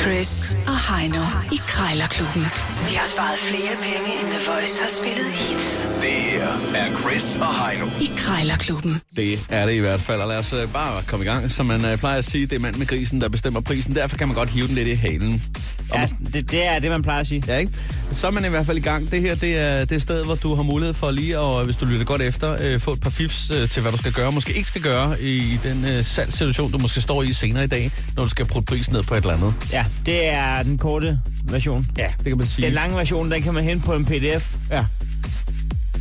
Chris og Heino i Krejlerklubben. De har sparet flere penge, end The Voice har spillet hits Det her er Chris og Heino. i Krejlerklubben. Det er det i hvert fald, og lad os øh, bare komme i gang. Som man øh, plejer at sige, det er mand med grisen, der bestemmer prisen. Derfor kan man godt hive den lidt i halen. Og Ja, man- det, det er det, man plejer at sige. Ja, ikke? Så er man i hvert fald i gang. Det her det er det er sted, hvor du har mulighed for lige, og hvis du lytter godt efter, øh, få et par fifs øh, til, hvad du skal gøre og måske ikke skal gøre i den øh, salgssituation, du måske står i senere i dag, når du skal putte prisen ned på et eller andet. Ja, det er den korte version. Ja, det kan man sige. Den lange version, den kan man hente på en pdf. Ja.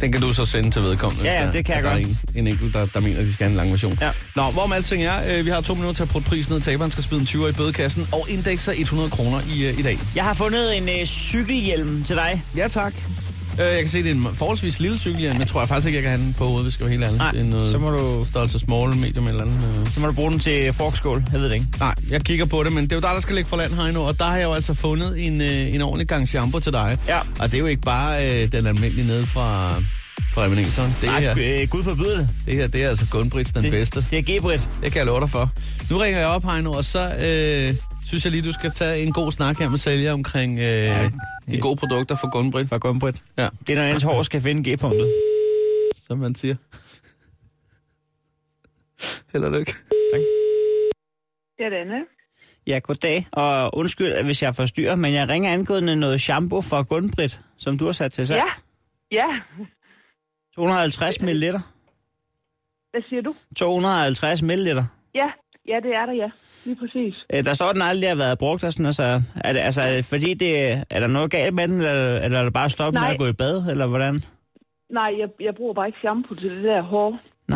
Den kan du så sende til vedkommende. Ja, ja, hvis der- det kan jeg at der godt. Er en, en enkelt, der, der mener, at de skal have en lang version. Ja. Nå, hvor med alting er, øh, vi har to minutter til at putte prisen ned. Taberen skal smide en 20'er i bødekassen og indekser 100 kroner i, øh, i dag. Jeg har fundet en øh, cykelhjelm til dig. Ja, tak. Øh, jeg kan se, det er en forholdsvis lille cykel, men jeg tror jeg faktisk ikke, jeg kan have den på hovedet, hvis jeg skal være helt ærlig. Nej, det er noget så må du- Størrelse small, medium eller andet. øh. Så må du bruge den til forkskål. Jeg ved det ikke. Nej, jeg kigger på det, men det er jo dig, der skal ligge for land her nu, og der har jeg jo altså fundet en, øh, en ordentlig gang shampoo til dig. Ja. Og det er jo ikke bare øh, den almindelige nede fra, fra Eminenton. Det, Nej, her, øh, Gud forbyde det. det her, det er altså Gunbrits den Det, bedste. det er Gebrit. Det kan jeg love dig for. Nu ringer jeg op, Heino, og så øh, synes jeg lige, du skal tage en god snak her med sælger omkring øh, ja. de gode produkter fra Gunbrit. Fra Gunbrit. Ja, Det er, når ens hår skal finde G-punktet. som man siger. Held og lykke. Det er det andet. Ja, goddag. Og undskyld, hvis jeg forstyrrer, men jeg ringer angående noget shampoo fra Gunbrit, som du har sat til salg. Ja. Ja. 250 ml. Hvad siger du? 250 ml. Ja. Ja, det er der, ja. Lige præcis. Øh, Der står, at den aldrig har været brugt, og sådan, altså, er det, altså, er det fordi det, er der noget galt med den, eller, eller er det bare stoppet med Nej. at gå i bad, eller hvordan? Nej, jeg, jeg bruger bare ikke shampoo til det der hår. Nå.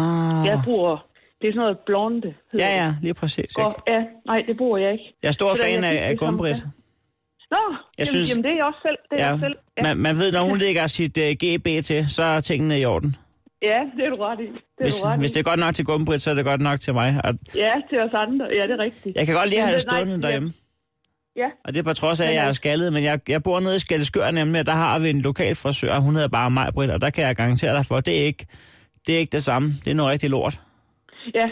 Jeg bruger... Det er sådan noget blonde. hedder Ja, det. ja, lige præcis. Og, Ikke? ja, nej, det bruger jeg ikke. Jeg er stor Så der, fan jeg af, synes, af det er Gumbrit. samme. Nå, jamen, synes- synes... jamen, det er jeg også selv. Det er ja. Ja. jeg selv. Ja. Man, man ved, når hun lægger sit uh, GB til, så er tingene i orden. ja, det er du ret i. Det er Hvis, du ret hvis det i. er godt nok til Gumbrit, så er det godt nok til mig. Og Ja, til os andre. Ja, det er rigtigt. jeg kan godt lige Men have det det- nej, stående ja. derhjemme. Ja. Og det er på trods af, at Men jeg er altså- skaldet, men jeg, jeg bor nede i Skældeskør nemlig, og der har vi en lokal frisør, og hun hedder bare Majbrit, og der kan jeg garantere dig for, at det er ikke det, er ikke det samme. Det er noget rigtig lort. Ja,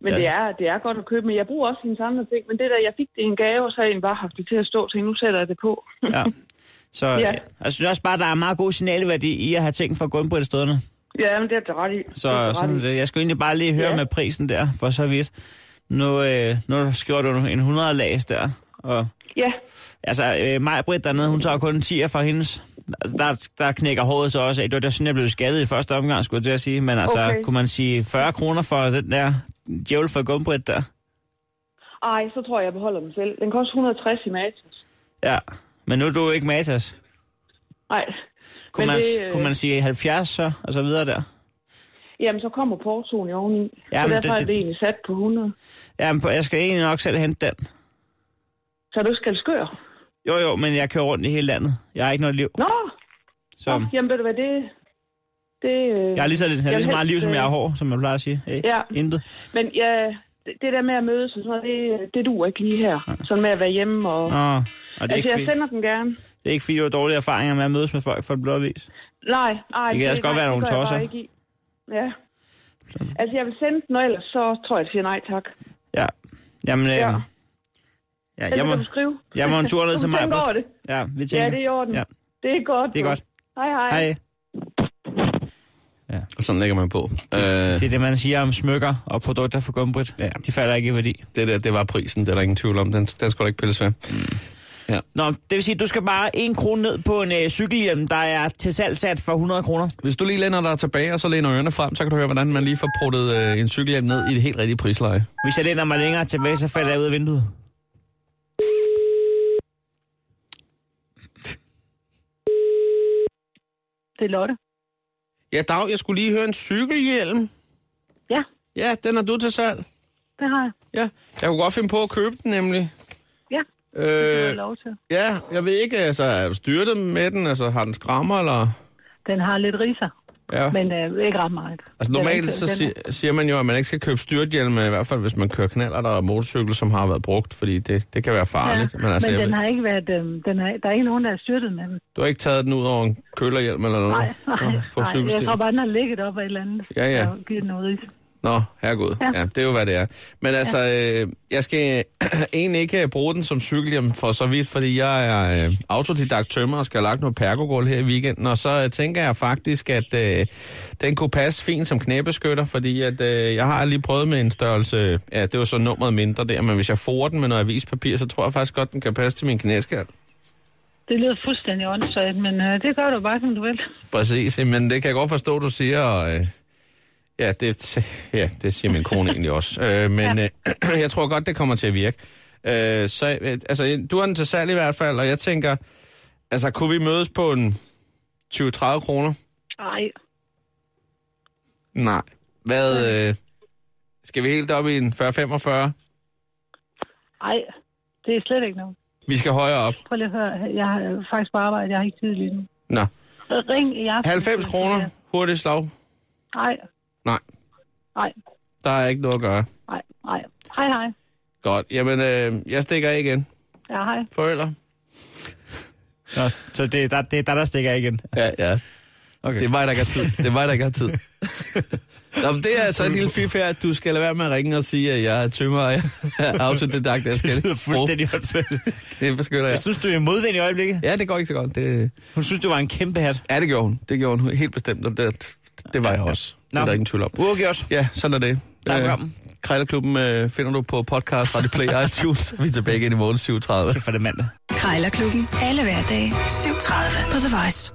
men Ja. ja. Det, er, det er godt at købe, men jeg bruger også hendes andre ting. Men det der, jeg fik det i en gave, og så har jeg egentlig bare haft det til at stå til, nu sætter jeg det på. Ja. Så Ja. ja. jeg synes også bare, der er meget god signalværdi i at have ting fra Gumbrit stående. Ja, men det er du ret i. Det er du Så ret sådan, i. er det. jeg skulle egentlig bare lige høre ja. Ja. med prisen der, for så vidt. Nu, øh, nu skriver du en 100 lags der, og Ja, altså, øh, mig Britt dernede, hun tager kun en 10'er fra hendes. Altså, der, der knækker håret så også af. Det var da sådan, jeg blev skattet i første omgang, skulle jeg til at sige. Men altså, okay. Okay. kunne man sige 40 kroner for den der djævel fra Gumbrit der? Ej, så tror jeg, jeg beholder dem selv. Den koster 160 i Matas. Ja, men nu er du jo ikke Matas. Nej. Kunne, Men man, det, øh, kunne man sige 70 så, og så videre der? Jamen, så kommer portoen i oveni. Jamen, Jamen, så derfor det- det- det, det... er det egentlig sat på 100. Jamen, på- jeg skal egentlig nok selv hente den. Så er du skal skør. Jo, jo, men jeg kører rundt i hele landet. Jeg har ikke noget liv. Nå, Så Nå, jamen ved du hvad, det... det øh... jeg har lige så, lidt, jeg har lige så Jamen, meget liv, helst, som jeg har øh, hår, som man plejer at sige. Hey, Ja. Intet. Men ja, det, det der med at mødes og sådan noget, det, det duer ikke lige her. Sådan med at være hjemme og... Nå, og det er, altså, ikke, jeg fordi, sender den gerne. det er ikke fordi, du har dårlige erfaringer med at mødes med folk for et blåvis. Nej, nej. Det kan altså godt nej, være nogle det går jeg bare tosser. ikke i. Ja. Altså, jeg vil sende den, og ellers så tror jeg, jeg siger nej tak. Ja. Jamen, ja. Ja. Øh, ja, jeg, Ellers så må, kan du skrive. jeg må en tur ned Du til tænker mig. over det. Ja, vi tænker. Ja, det er i orden. Ja. Det er godt. Det er du. godt. Hej, hej. Hej. Og sådan lægger man på. Øh, Det er det, man siger om smykker og produkter fra Gumbrit. Ja. De falder ikke i værdi. det der, det var prisen, det er der ingen tvivl om. Den, den skulle der ikke pilles ved. Nå, det vil sige, at du skal bare en krone ned på en øh, cykelhjelm, der er til salg sat for 100 kroner. Hvis du lige lænder dig tilbage, og så læner ørerne frem, så kan du høre, hvordan man lige får pruttet øh, en cykelhjem ned i det helt rigtige prisleje. Hvis jeg læner mig længere tilbage, så falder jeg ud af vinduet. Det er Lotte. Ja, Dag, jeg skulle lige høre en cykelhjelm. Ja, Ja, den har du til salg. det har jeg. Ja, jeg kunne godt finde på at købe den nemlig. Ja, det har jeg Øh, lov til. ja, jeg ved ikke, altså, er du styrtet med den? Altså, har den skrammer, eller? Den har lidt riser, Ja. men øh, ikke ret meget. Altså, normalt så si- siger man jo, at man ikke skal købe styrthjelme, i hvert fald hvis man kører knaller og motorcykel, som har været brugt, fordi det, det kan være farligt. Ja, men, altså, men jeg den ved- har ikke været... Øh, den har, der er ikke nogen, der er styrtet med den. Du har ikke taget den ud over en kølerhjelm eller noget? Nej, nej, Nå, på nej. Jeg cykelstien. tror bare, den har ligget op af et eller andet. Ja, ja. Og givet den noget is. Nå, herregud. Ja. Ja. ja, det er jo, hvad det er. Men altså, øh, jeg skal egentlig ikke øh, bruge den som cykelhjem for så vidt, fordi jeg er øh, autodidakt tømmer og skal have lagt noget pergogulv her i weekenden, og så øh, tænker jeg faktisk, at øh, den kunne passe fint som knæbeskytter, fordi at, øh, jeg har lige prøvet med en størrelse, øh, ja, det var så nummeret mindre der, men hvis jeg får den med noget avispapir, så tror jeg faktisk godt, den kan passe til min knæskal. Det lyder fuldstændig åndssvagt, men øh, det gør du bare, som du vil. Præcis, men det kan jeg godt forstå, du siger, og øh, ja, det, ja, det siger min kone egentlig også. Øh, men ja. øh, jeg tror godt, det kommer til at virke. Øh, så, øh, altså, du har den til salg i hvert fald, og jeg tænker, altså, kunne vi mødes på en 20-30 kroner? Nej. Nej. Hvad, øh, skal vi helt op i en 40-45? Nej, det er slet ikke noget. Vi skal højere op. Prøv lige at høre, jeg har øh, faktisk på arbejde, jeg har ikke tid lige nu. Nå. Ring i aften. 90 kroner, hurtigt slag. Nej, Nej, nej, der er ikke noget at gøre. nej, nej. Hej, hej. Godt, jamen, øh, jeg stikker af igen. Ja, hej. Forældre. Nå, så det er der, det er der, der stikker af igen. Ja, ja. Okay. Det er mig, der ikke har tid. Det er mig, der ikke har tid. Nå, men det er altså en lille fif her, at du skal lade være med at ringe og sige, at jeg er tømmer og jeg er autodidakt. Jeg skal det lyder ikke bruge fuldstændig åndssvagt. det beskytter jeg. Jeg synes, du er modvind i øjeblikket. Ja, det går ikke så godt. Det, Hun synes, du var en kæmpe hat. ja, det gjorde hun. Det gjorde hun helt bestemt. Og det, det var jeg også. Det er der ingen tvivl om. Uh, Okay også. Ja, sådan er det. Tak for Øh, kampen. Krejlerklubben øh, finder du på podcast, Radio Play og iTunes. Så Vi er tilbage igen i morgen 7.30. For det er mandag. Krejlerklubben. Alle hverdage. 7.30 på The Voice.